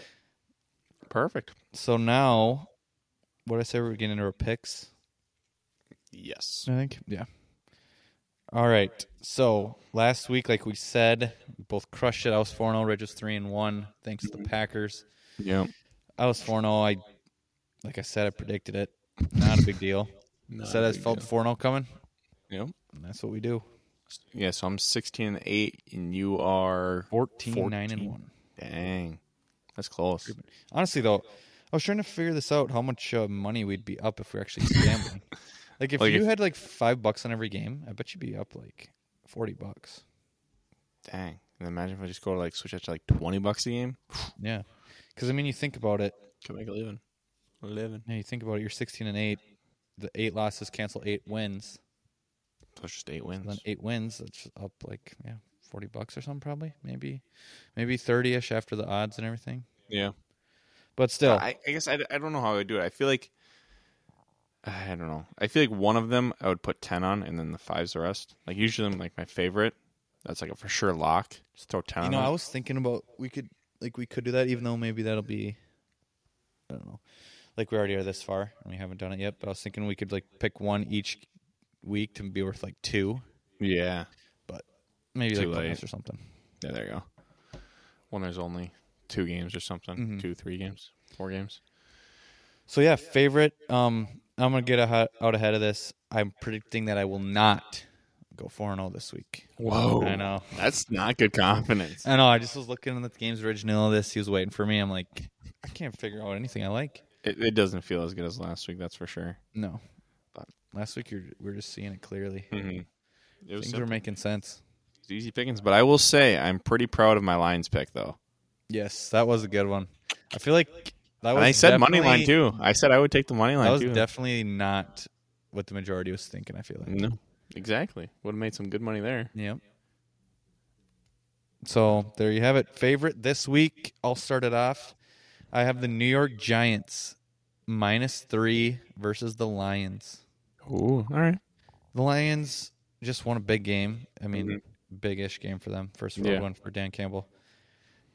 B: perfect.
C: So now, what I say we're getting into our picks.
B: Yes.
C: I think. Yeah. All right. So last week, like we said, we both crushed it. I was four zero. Ridge was three and one, thanks to the Packers.
B: Yeah.
C: I was four zero. I, like I said, I predicted it. Not a big deal. said I felt four zero coming.
B: Yeah.
C: And that's what we do.
B: Yeah. So I'm 16 and eight, and you are
C: 14, 9 and
B: 14.
C: one.
B: Dang, that's close.
C: Honestly, though, I was trying to figure this out how much uh, money we'd be up if we're actually gambling. like, if
B: Like
C: you
B: if-
C: had like five bucks on every game, I bet you'd be up like 40 bucks.
B: Dang. And imagine if I just go to like switch out to like 20 bucks a game.
C: Yeah. Because, I mean, you think about it.
B: Can make a living. A living.
C: Yeah, you think about it. You're 16 and 8. The eight losses cancel eight wins.
B: Plus just eight wins.
C: Then eight wins, that's up like, yeah, 40 bucks or something, probably. Maybe, maybe 30 ish after the odds and everything.
B: Yeah.
C: But still,
B: I, I guess I, d- I don't know how I would do it. I feel like I don't know. I feel like one of them I would put ten on, and then the five's the rest. Like usually, I'm like my favorite. That's like a for sure lock. Just throw ten.
C: You
B: on
C: know,
B: that.
C: I was thinking about we could like we could do that, even though maybe that'll be I don't know. Like we already are this far and we haven't done it yet, but I was thinking we could like pick one each week to be worth like two,
B: yeah.
C: maybe
B: Too
C: like
B: late.
C: bonus or something.
B: Yeah. There you go. When there's only two games or something,
C: Mm-hmm.
B: two, three games, four games.
C: So yeah, favorite. Um, I'm gonna get ahe- out ahead of this. I'm predicting that I will not go four and zero this week.
B: Whoa.
C: I know.
B: That's not good confidence.
C: I know. I just was looking at the games original. This he was waiting for me. I'm like, I can't figure out anything I like.
B: It, it doesn't feel as good as last week. That's for sure.
C: No,
B: But-
C: last week you're, we are just seeing it clearly.
B: Mm-hmm. It was
C: Things
B: simple.
C: are making sense.
B: It's easy pickings, but I will say I'm pretty proud of my Lions pick though.
C: Yes, that was a good one. I feel like that was.
B: And I said money line
C: definitely-
B: too. I said I would take the money line
C: That was
B: too.
C: definitely not what the majority was thinking. I feel like.
B: no, exactly. Would have made some good money there.
C: Yep. So there you have it. Favorite this week. I'll start it off. I have the New York Giants minus three versus the Lions.
B: Ooh, all right.
C: The Lions just won a big game. I mean,
B: Mhm.
C: big-ish game for them. First road
B: Yeah.
C: one for Dan Campbell.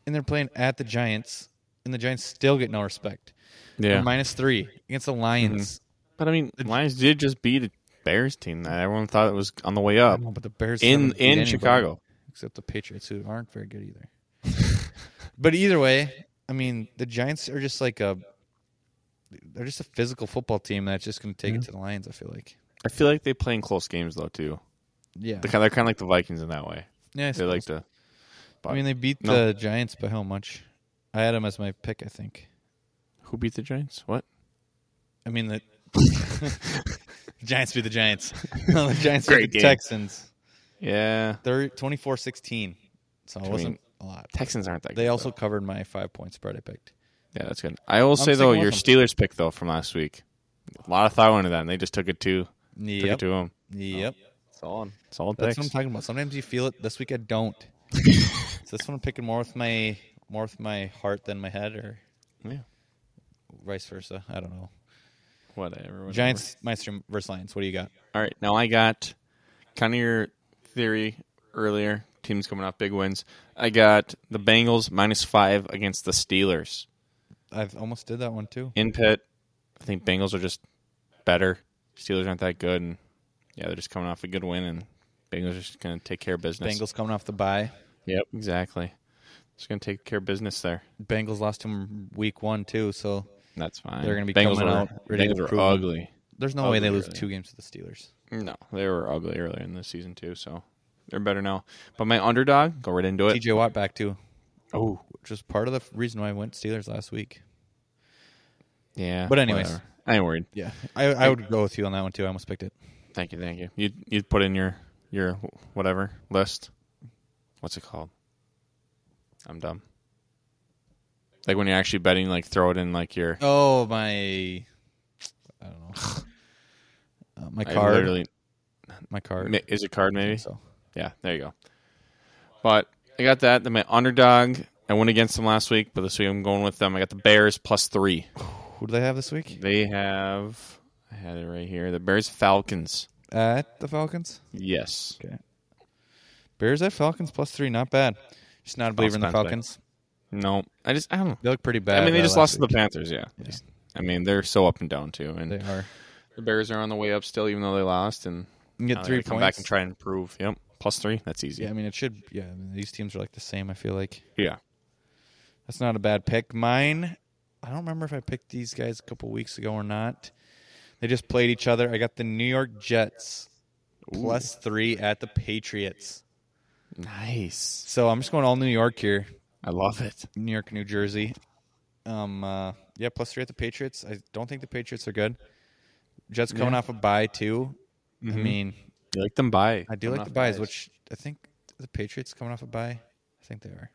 C: And they're playing at the Giants, and the Giants still get no respect. They're
B: Yeah, Mm-hmm.
C: minus three against the Lions.
B: but I mean, Lions did just beat a Bears team that everyone thought it was on the way up
C: I know, but the Bears
B: in
C: haven't beat
B: in
C: anybody,
B: Chicago.
C: except the Patriots, who aren't very good either. but either way, I mean, the Giants are just like a they're just a physical football team that's just going to take it to the Lions. I feel like,
B: I feel like they play in close games though too.
C: yeah,
B: They're kind of, like the Vikings in that way.
C: yeah. I,
B: They like
C: suppose.
B: to.
C: I mean, they beat
B: No.
C: the Giants by how much? I had them as my pick. I think.
B: Who beat the Giants? What?
C: I mean, the Giants beat the Giants. No, the Giants beat
B: Great
C: the
B: game.
C: Texans.
B: Yeah,
C: 24-16. So it wasn't a lot.
B: Texans aren't that.
C: They
B: good,
C: also
B: though.
C: covered my five point spread I picked.
B: Yeah, that's good. I will say
C: sticking
B: though,
C: with
B: your
C: them.
B: Steelers pick though from last week, a lot of thought went into that, and they just took it to took
C: Yep.
B: it to them.
C: Yep.
B: Solid, solid
C: That's
B: picks.
C: what I'm talking about. Sometimes you feel it. This week I don't. so this one I'm picking more with my more with my heart than my head or
B: Yeah.
C: vice versa. I don't know.
B: Whatever. whatever.
C: Giants Meister versus Lions. What do you got?
B: All right, now I got kind of your theory earlier. Teams coming off big wins. I got the Bengals minus five against the Steelers
C: I've almost did that one too.
B: in pit. I think Bengals are just better. Steelers aren't that good, and yeah, they're just coming off a good win, and Bengals are just going to take care of business.
C: Bengals coming off the bye.
B: Yep, exactly. Just going to take care of business there.
C: Bengals lost him week one too, so
B: That's fine.
C: They're gonna be
B: Bengals
C: coming
B: were,
C: out ready to
B: Bengals were
C: prove 'em.
B: ugly.
C: there's no
B: Oh,
C: way they lose
B: really?
C: two games to the Steelers.
B: No, they were ugly earlier in the season too, so they're better now. But my underdog, go right into it.
C: TJ Watt back too,
B: Oh,
C: which was part of the f- reason why I went Steelers last week.
B: yeah.
C: But anyways.
B: whatever. I ain't worried.
C: Yeah, I, I would go with you on that one too. I almost picked it.
B: Thank you, thank you. You you put in your your whatever list. What's it called? I'm dumb. Like when you're actually betting, like throw it in like your
C: Oh my, I don't know. Uh, my
B: I
C: card,
B: literally
C: my card.
B: mi- is it card maybe?
C: So
B: Yeah, there you go. But I got that. Then my underdog. I went against them last week, but this week I'm going with them. I got the Bears plus three.
C: who do they have this week
B: They have. I had it right here. The Bears Falcons.
C: at the Falcons?
B: Yes.
C: Okay, Bears at Falcons plus three, not bad. Just not a believer in the
B: Bounce back.
C: Falcons.
B: No. I just. I don't. know.
C: They look pretty bad.
B: I mean, they
C: uh,
B: just
C: last
B: lost to the Panthers. Yeah. I mean, they're so up and down too, and
C: week. They are.
B: the Bears are on the way up still, even though they lost. And
C: You
B: now
C: get
B: Oh, they
C: three
B: gotta come
C: points.
B: back and try and improve. Yep. Plus three. That's easy.
C: Yeah, I mean it should. Yeah, I mean, these teams are like the same. I feel like
B: Yeah.
C: that's not a bad pick. Mine, I don't remember if I picked these guys a couple weeks ago or not. They just played each other. I got the New York Jets plus three at the Patriots.
B: Nice.
C: So I'm just going all New York here.
B: I love it.
C: New York, New Jersey. Um, uh, yeah, plus three at the Patriots. I don't think the Patriots are good. Jets coming off a bye too.
B: Mm-hmm.
C: I mean,
B: You like them by?
C: I do like the buys, which I think the Patriots coming off a bye. I think they are.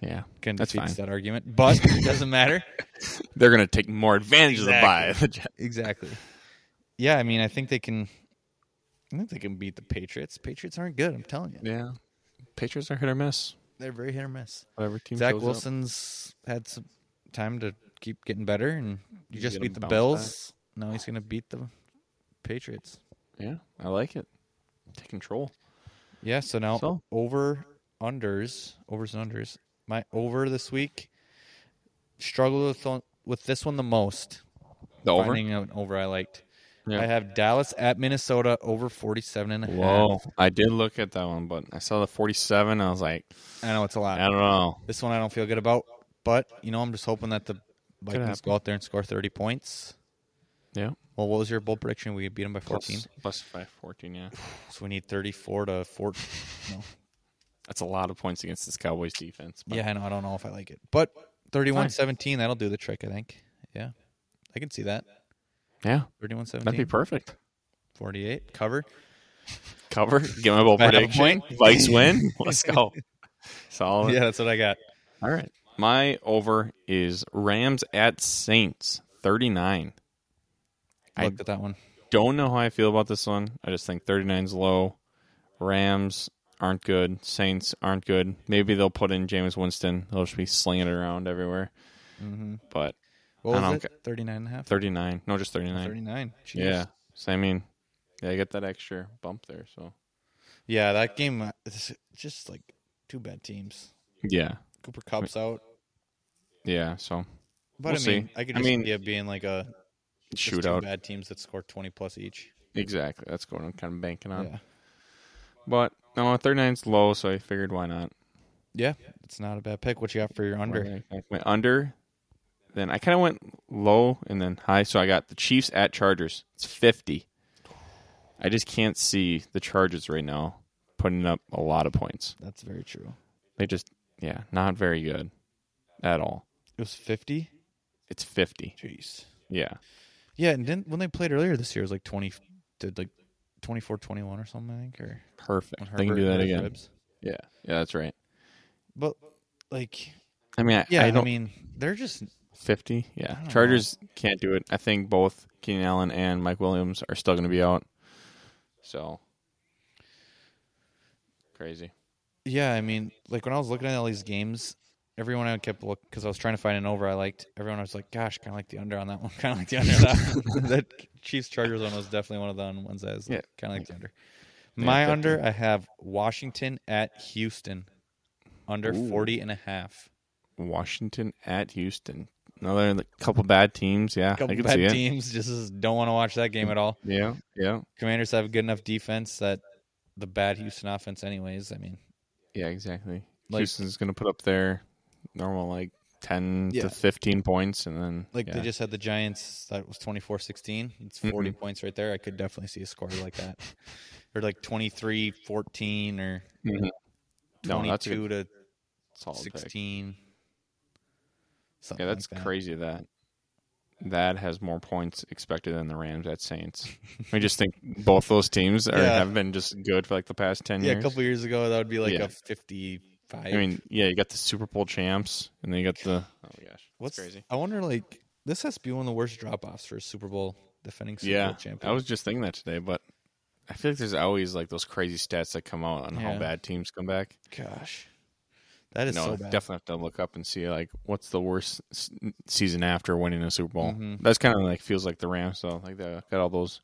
B: Yeah.
C: Again,
B: That's
C: defeats
B: fine.
C: that argument, but it doesn't matter.
B: They're gonna take more advantage of the
C: Exactly.
B: buy.
C: exactly. Yeah, I mean, I think they can. I think they can beat the Patriots. Patriots aren't good. I'm telling you,
B: yeah. Patriots are hit or miss.
C: they're very hit or miss.
B: Whatever team.
C: Zach
B: shows up.
C: Wilson's had some time to keep getting better, and you
B: He's
C: just
B: gonna
C: beat the
B: bounce
C: Bills. Now he's going to beat the Patriots.
B: Yeah, I like it. Take control.
C: Yeah. So now
B: So?
C: over unders, overs and unders. My over this week struggled with on- with this one the most.
B: The
C: Finding an over I liked.
B: Yeah.
C: I have Dallas at Minnesota over 47 and a half.
B: Whoa, I did look at that one, but I saw the 47. I was like,
C: I know it's a lot.
B: I don't know.
C: This one I don't feel good about, but you know I'm just hoping that the Vikings
B: happen.
C: go out there and score 30 points.
B: Yeah,
C: Well, what was your bold prediction? We beat them by 14,
B: plus plus five, 14. Yeah,
C: so we need 34 to 4. No.
B: that's a lot of points against this Cowboys defense. but
C: Yeah, I know. I don't know if I like it, but 31-17 that'll do the trick. I think. Yeah, I can see that.
B: yeah,
C: 31-17,
B: that'd be perfect.
C: 48 cover.
B: Cover, get my
C: If
B: bold
C: I have a
B: prediction.
C: point.
B: Vikes win. Let's go. Solid.
C: Yeah, that's what I got.
B: All right. My over is Rams at Saints 39. I-
C: Looked at that one.
B: Don't know how I feel about this one. I just think 39's low. Rams aren't good. Saints aren't good. Maybe they'll put in Jameis Winston. They'll just be slinging it around everywhere.
C: Mm-hmm.
B: But I
C: What was
B: don't
C: it? 39 and a half.
B: 39, no, just 39.
C: 39. Jeez.
B: yeah. So I mean, yeah, I get that extra bump there. So
C: Yeah, that game. uh, it's Just like two bad teams.
B: yeah,
C: Cooper Cup's out.
B: yeah. So
C: But
B: We'll
C: I mean,
B: see.
C: I could
B: I
C: just
B: mean-
C: see it being like a just two
B: shootout.
C: bad teams that score twenty plus each.
B: Exactly. That's what I'm kind of banking on.
C: Yeah,
B: But no, 39's low, so I figured why not.
C: yeah, it's not a bad pick. What you got for your under?
B: Went under. Then I kind of went low and then high, so I got the Chiefs at Chargers. It's fifty. I just can't see the Chargers right now putting up a lot of points.
C: That's very true.
B: They just, yeah, not very good at all.
C: It was fifty.
B: It's fifty.
C: Jeez.
B: Yeah,
C: Yeah, and then when they played earlier this year, it was like twenty to like 24-21 or something. I think or
B: perfect.
C: when
B: They can
C: Herbert
B: do that
C: hurt his
B: again.
C: ribs.
B: Yeah, yeah, that's right.
C: But like,
B: I mean, I,
C: yeah,
B: I
C: I,
B: don't
C: mean, they're just
B: fifty. Yeah,
C: don't know.
B: Chargers can't do it. I think both Keenan Allen and Mike Williams are still going to be out. So crazy.
C: yeah. I mean, like when I was looking at all these games, everyone I kept look because I was trying to find an over I liked. Everyone I was like, gosh, kind of like the under on that one. Kind of like the under on that. one." that Chiefs Chargers one was definitely one of the ones that I was
B: Yeah.
C: kind of like the under.
B: Yeah,
C: My
B: definitely.
C: under, I have Washington at Houston, under
B: Ooh.
C: 40 and a half.
B: Washington at Houston. Another like, couple bad teams. Yeah, I
C: couple
B: can
C: bad
B: see it.
C: teams just don't want to watch that game at all.
B: Yeah, yeah,
C: Commanders have a good enough defense that the bad Houston offense, anyways. I mean,
B: yeah. Exactly.
C: Like-
B: Houston's gonna put up their normal like ten
C: Yeah.
B: to fifteen points, and then
C: like
B: yeah.
C: they just had the Giants that was 24 16. It's 40 points right there. I could definitely see a score like that, or like 23 14 or
B: Mhm. No, that's a
C: 22 to
B: solid pick.
C: 16. Something
B: Yeah, that's
C: like that.
B: crazy. That that has more points expected than the Rams at Saints. I just think both those teams are,
C: Yeah.
B: have been just good for like the past ten
C: Yeah, a
B: years.
C: couple years ago, that would be like
B: Yeah.
C: a 55.
B: I mean, yeah, you got the Super Bowl champs, and then you got the oh my gosh,
C: what's
B: crazy?
C: I wonder, like, this has to be one of the worst drop offs for a Super Bowl defending Super
B: yeah.
C: Bowl champion.
B: I was just thinking that today, but I feel like there's always like those crazy stats that come out on
C: Yeah.
B: how bad teams come back.
C: Gosh, that is
B: no,
C: so bad.
B: definitely have to look up and see like what's the worst s- season after winning a Super Bowl.
C: Mhm.
B: That's kind of like feels like the Rams. So like they got all those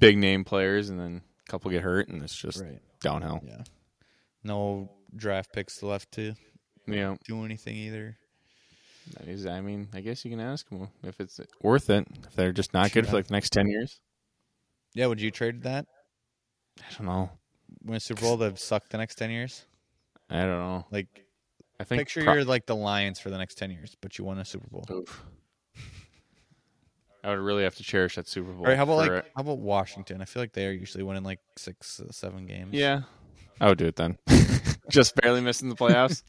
B: big name players, and then a couple get hurt, and it's just
C: Right.
B: downhill.
C: Yeah. No draft picks left to
B: Yeah,
C: do anything either.
B: that is. I mean, I guess you can ask them if it's worth it. If they're just not good
C: Yeah.
B: for like the next ten years,
C: Yeah, would you trade that?
B: I don't know.
C: Win a Super Bowl that suck the next ten years?
B: I don't know.
C: Like
B: I think
C: picture
B: pro-
C: you're like the Lions for the next ten years, but you won a Super Bowl.
B: Oof. I would really have to cherish that Super Bowl.
C: All right, how about
B: for
C: like
B: it.
C: how about Washington? I feel like they are usually winning like six, uh, seven games.
B: Yeah, I would do it then. Just barely missing the playoffs.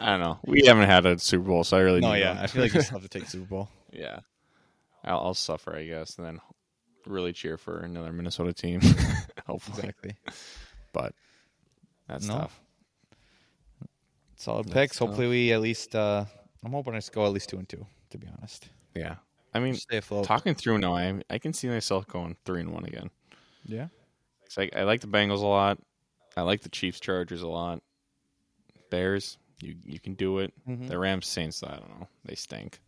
B: I don't know. We haven't had a Super Bowl, so I really.
C: No,
B: need
C: yeah,
B: one.
C: I feel like you still have to take Super Bowl.
B: yeah, I'll, I'll suffer, I guess, and then really cheer for another Minnesota team, hopefully.
C: Exactly.
B: But that's
C: No.
B: tough.
C: Solid
B: That's
C: picks.
B: tough.
C: Hopefully, we at least. uh I'm hoping I just go at least two and two. To be honest,
B: Yeah, I mean,
C: stay afloat.
B: talking through now, I I can see myself going three and one again.
C: Yeah.
B: It's like I like the Bengals a lot. I like the Chiefs Chargers a lot. Bears, you you can do it.
C: Mhm.
B: The Rams Saints, I don't know. They stink.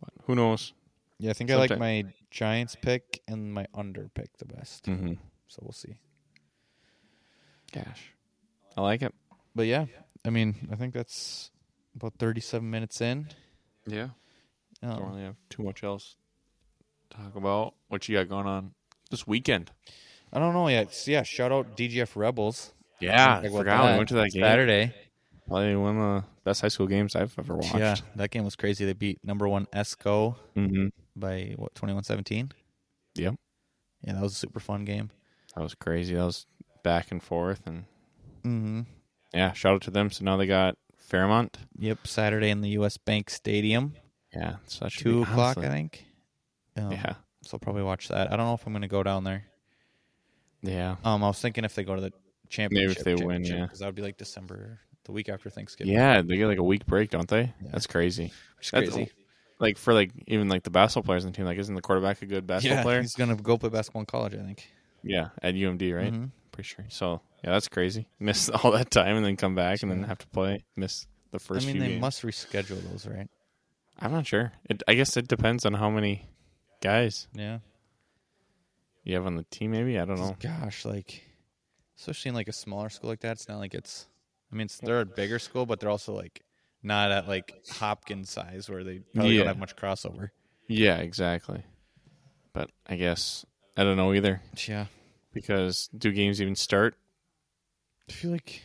B: But who knows?
C: Yeah, I think I like my Giants pick and my under pick the best.
B: Mm-hmm.
C: So we'll see.
B: Gosh. I like it.
C: But yeah, I mean, I think that's about 37 minutes in.
B: Yeah. Oh. Don't
C: Um,
B: really have too much else to talk about. What you got going on this weekend?
C: I don't know yet. So yeah, shout out DGF Rebels.
B: Yeah,
C: Like,
B: I
C: what
B: forgot we went to that game.
C: Saturday.
B: Probably one of the best high school games I've ever watched.
C: Yeah, that game was crazy. They beat number one Esco
B: Mm-hmm.
C: by what 21-17.
B: Yep.
C: Yeah, that was a super fun game.
B: That was crazy. That was back and forth and
C: Mm-hmm.
B: yeah, shout out to them. So now they got Fairmont.
C: Yep, Saturday in the U.S. Bank Stadium,
B: Yeah, such
C: two o'clock, I think. Um,
B: Yeah,
C: so I'll probably watch that. I don't know if I'm going to go down there.
B: yeah,
C: Um, I was thinking if they go to the championship,
B: they win, yeah.
C: because that would be like December, the week after Thanksgiving.
B: yeah. They get like a week break, don't they?
C: Yeah.
B: That's crazy.
C: which is
B: That's-
C: crazy.
B: Like for like even like the basketball players on the team. Like, isn't the quarterback a good basketball
C: yeah,
B: player?
C: he's gonna go play basketball in college. I think.
B: Yeah, at UMD, right?
C: Mhm.
B: Pretty sure. So yeah, that's crazy. Miss all that time and then come back and then have to play. Miss the first.
C: I mean,
B: few
C: they
B: games.
C: must reschedule those, right?
B: I'm not sure. It, I guess it depends on how many guys
C: Yeah.
B: you have on the team. Maybe I don't know.
C: Gosh, like, especially in like a smaller school like that, it's not like it's. I mean, it's, they're a bigger school, but they're also like not at like Hopkins size where they probably don't
B: Yeah.
C: have much crossover.
B: Yeah, exactly. But I guess I don't know either
C: Yeah,
B: because do games even start
C: I feel like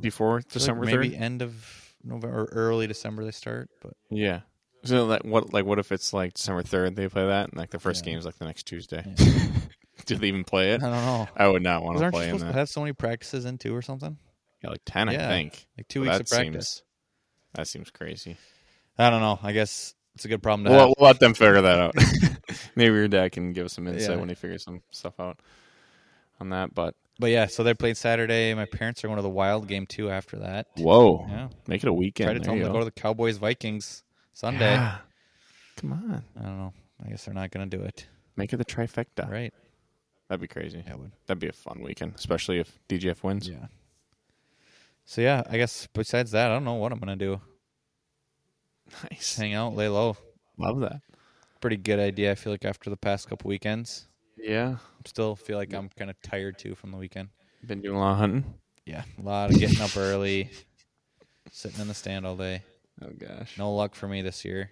B: before
C: I feel
B: December
C: like
B: third?
C: maybe end of November or early December they start, but
B: Yeah. So like what like what if it's like December third they play that and like the first
C: Yeah.
B: game's like the next Tuesday?
C: Yeah.
B: Do they even play
C: I
B: it?
C: don't know.
B: I would not want
C: Aren't
B: to
C: you
B: play in
C: supposed to
B: that.
C: have so many practices in two or something?
B: Yeah, like ten,
C: Yeah.
B: I think.
C: Like two
B: Well,
C: weeks
B: that
C: of practice.
B: seems- that seems crazy.
C: I don't know. I guess it's a good problem to have.
B: We'll, we'll let them figure that out. Maybe your dad can give us some insight
C: Yeah.
B: when he figures some stuff out on that. But
C: But yeah, so they played Saturday. My parents are going to the Wild game too. After that,
B: whoa,
C: yeah.
B: make it a weekend.
C: Try to
B: There
C: tell them
B: you
C: to go
B: go.
C: to the Cowboys Vikings Sunday.
B: Yeah. Come on,
C: I don't know. I guess they're not going to do it.
B: make it the trifecta.
C: Right?
B: That'd be crazy.
C: Yeah, would.
B: That'd be a fun weekend, especially if DGF wins.
C: Yeah. So yeah, I guess besides that, I don't know what I'm gonna do.
B: Nice.
C: Hang out, lay low.
B: Love that.
C: Pretty good idea. I feel like after the past couple weekends,
B: Yeah.
C: I still feel like I'm kind of tired too from the weekend.
B: Been doing a lot of hunting.
C: Yeah, a lot of getting up early, sitting in the stand all day.
B: Oh gosh.
C: No luck for me this year.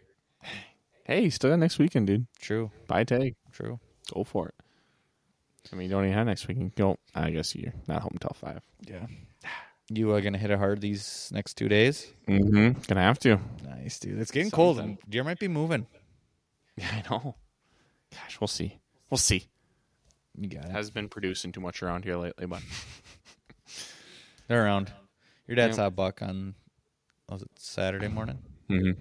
B: Hey, you still got next weekend, dude.
C: True,
B: Buy a tag.
C: true.
B: Go for it. I mean, you don't even have next weekend. Go. I guess you're not home till five.
C: Yeah. You are gonna hit it hard these next two days.
B: Mm-hmm. Gonna have to.
C: Nice, dude. It's getting cold.
B: Sometime.
C: and Deer might be moving.
B: Yeah, I know. Gosh, we'll see. We'll see.
C: You got it.
B: Has been producing too much around here lately, but
C: They're around. Your dad
B: Yeah.
C: saw a buck on was it Saturday morning?
B: mm-hmm.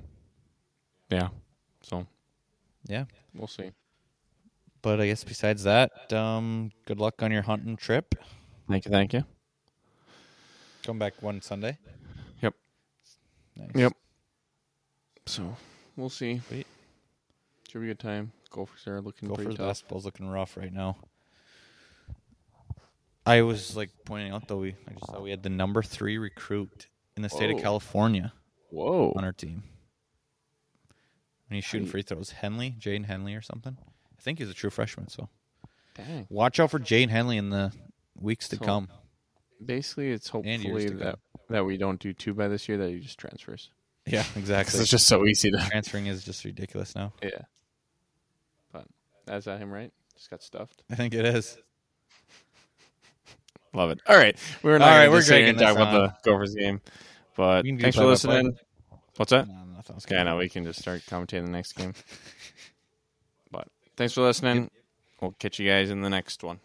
B: yeah. So
C: Yeah.
B: we'll see.
C: But I guess besides that, um, good luck on your hunting trip.
B: Thank you. Thank you.
C: Come back one Sunday.
B: Yep.
C: Nice.
B: Yep. So we'll see.
C: Sweet.
B: Should be a good time. Gophers are looking
C: Gopher's
B: pretty tough.
C: basketball's looking rough right now. I was like pointing out though we I just saw we had the number three recruit in the state
B: Whoa.
C: of California
B: Whoa.
C: on our team. And he's shooting free throws. Henley, Jaden Henley or something. I think he's a true freshman, so
B: Dang.
C: watch out for Jaden Henley in the weeks to
B: So-
C: come.
B: Basically, it's
C: years
B: hopefully
C: to go.
B: that that we don't do two by this year. That he just transfers
C: Yeah, exactly.
B: just so easy to.
C: Transferring is just ridiculous now.
B: Yeah. But that's that him, right? Just got stuffed.
C: I think it is.
B: Love it. All right, we're not
C: All right,
B: gonna
C: we're
B: just sit here
C: dragging
B: and talk
C: this
B: about the Gophers game, but
C: We can do
B: thanks for
C: play-by-play.
B: listening. What's that?
C: No, nothing else.
B: Yeah, no, we can just start commentating the next game. But thanks for listening. We'll catch you guys in the next one.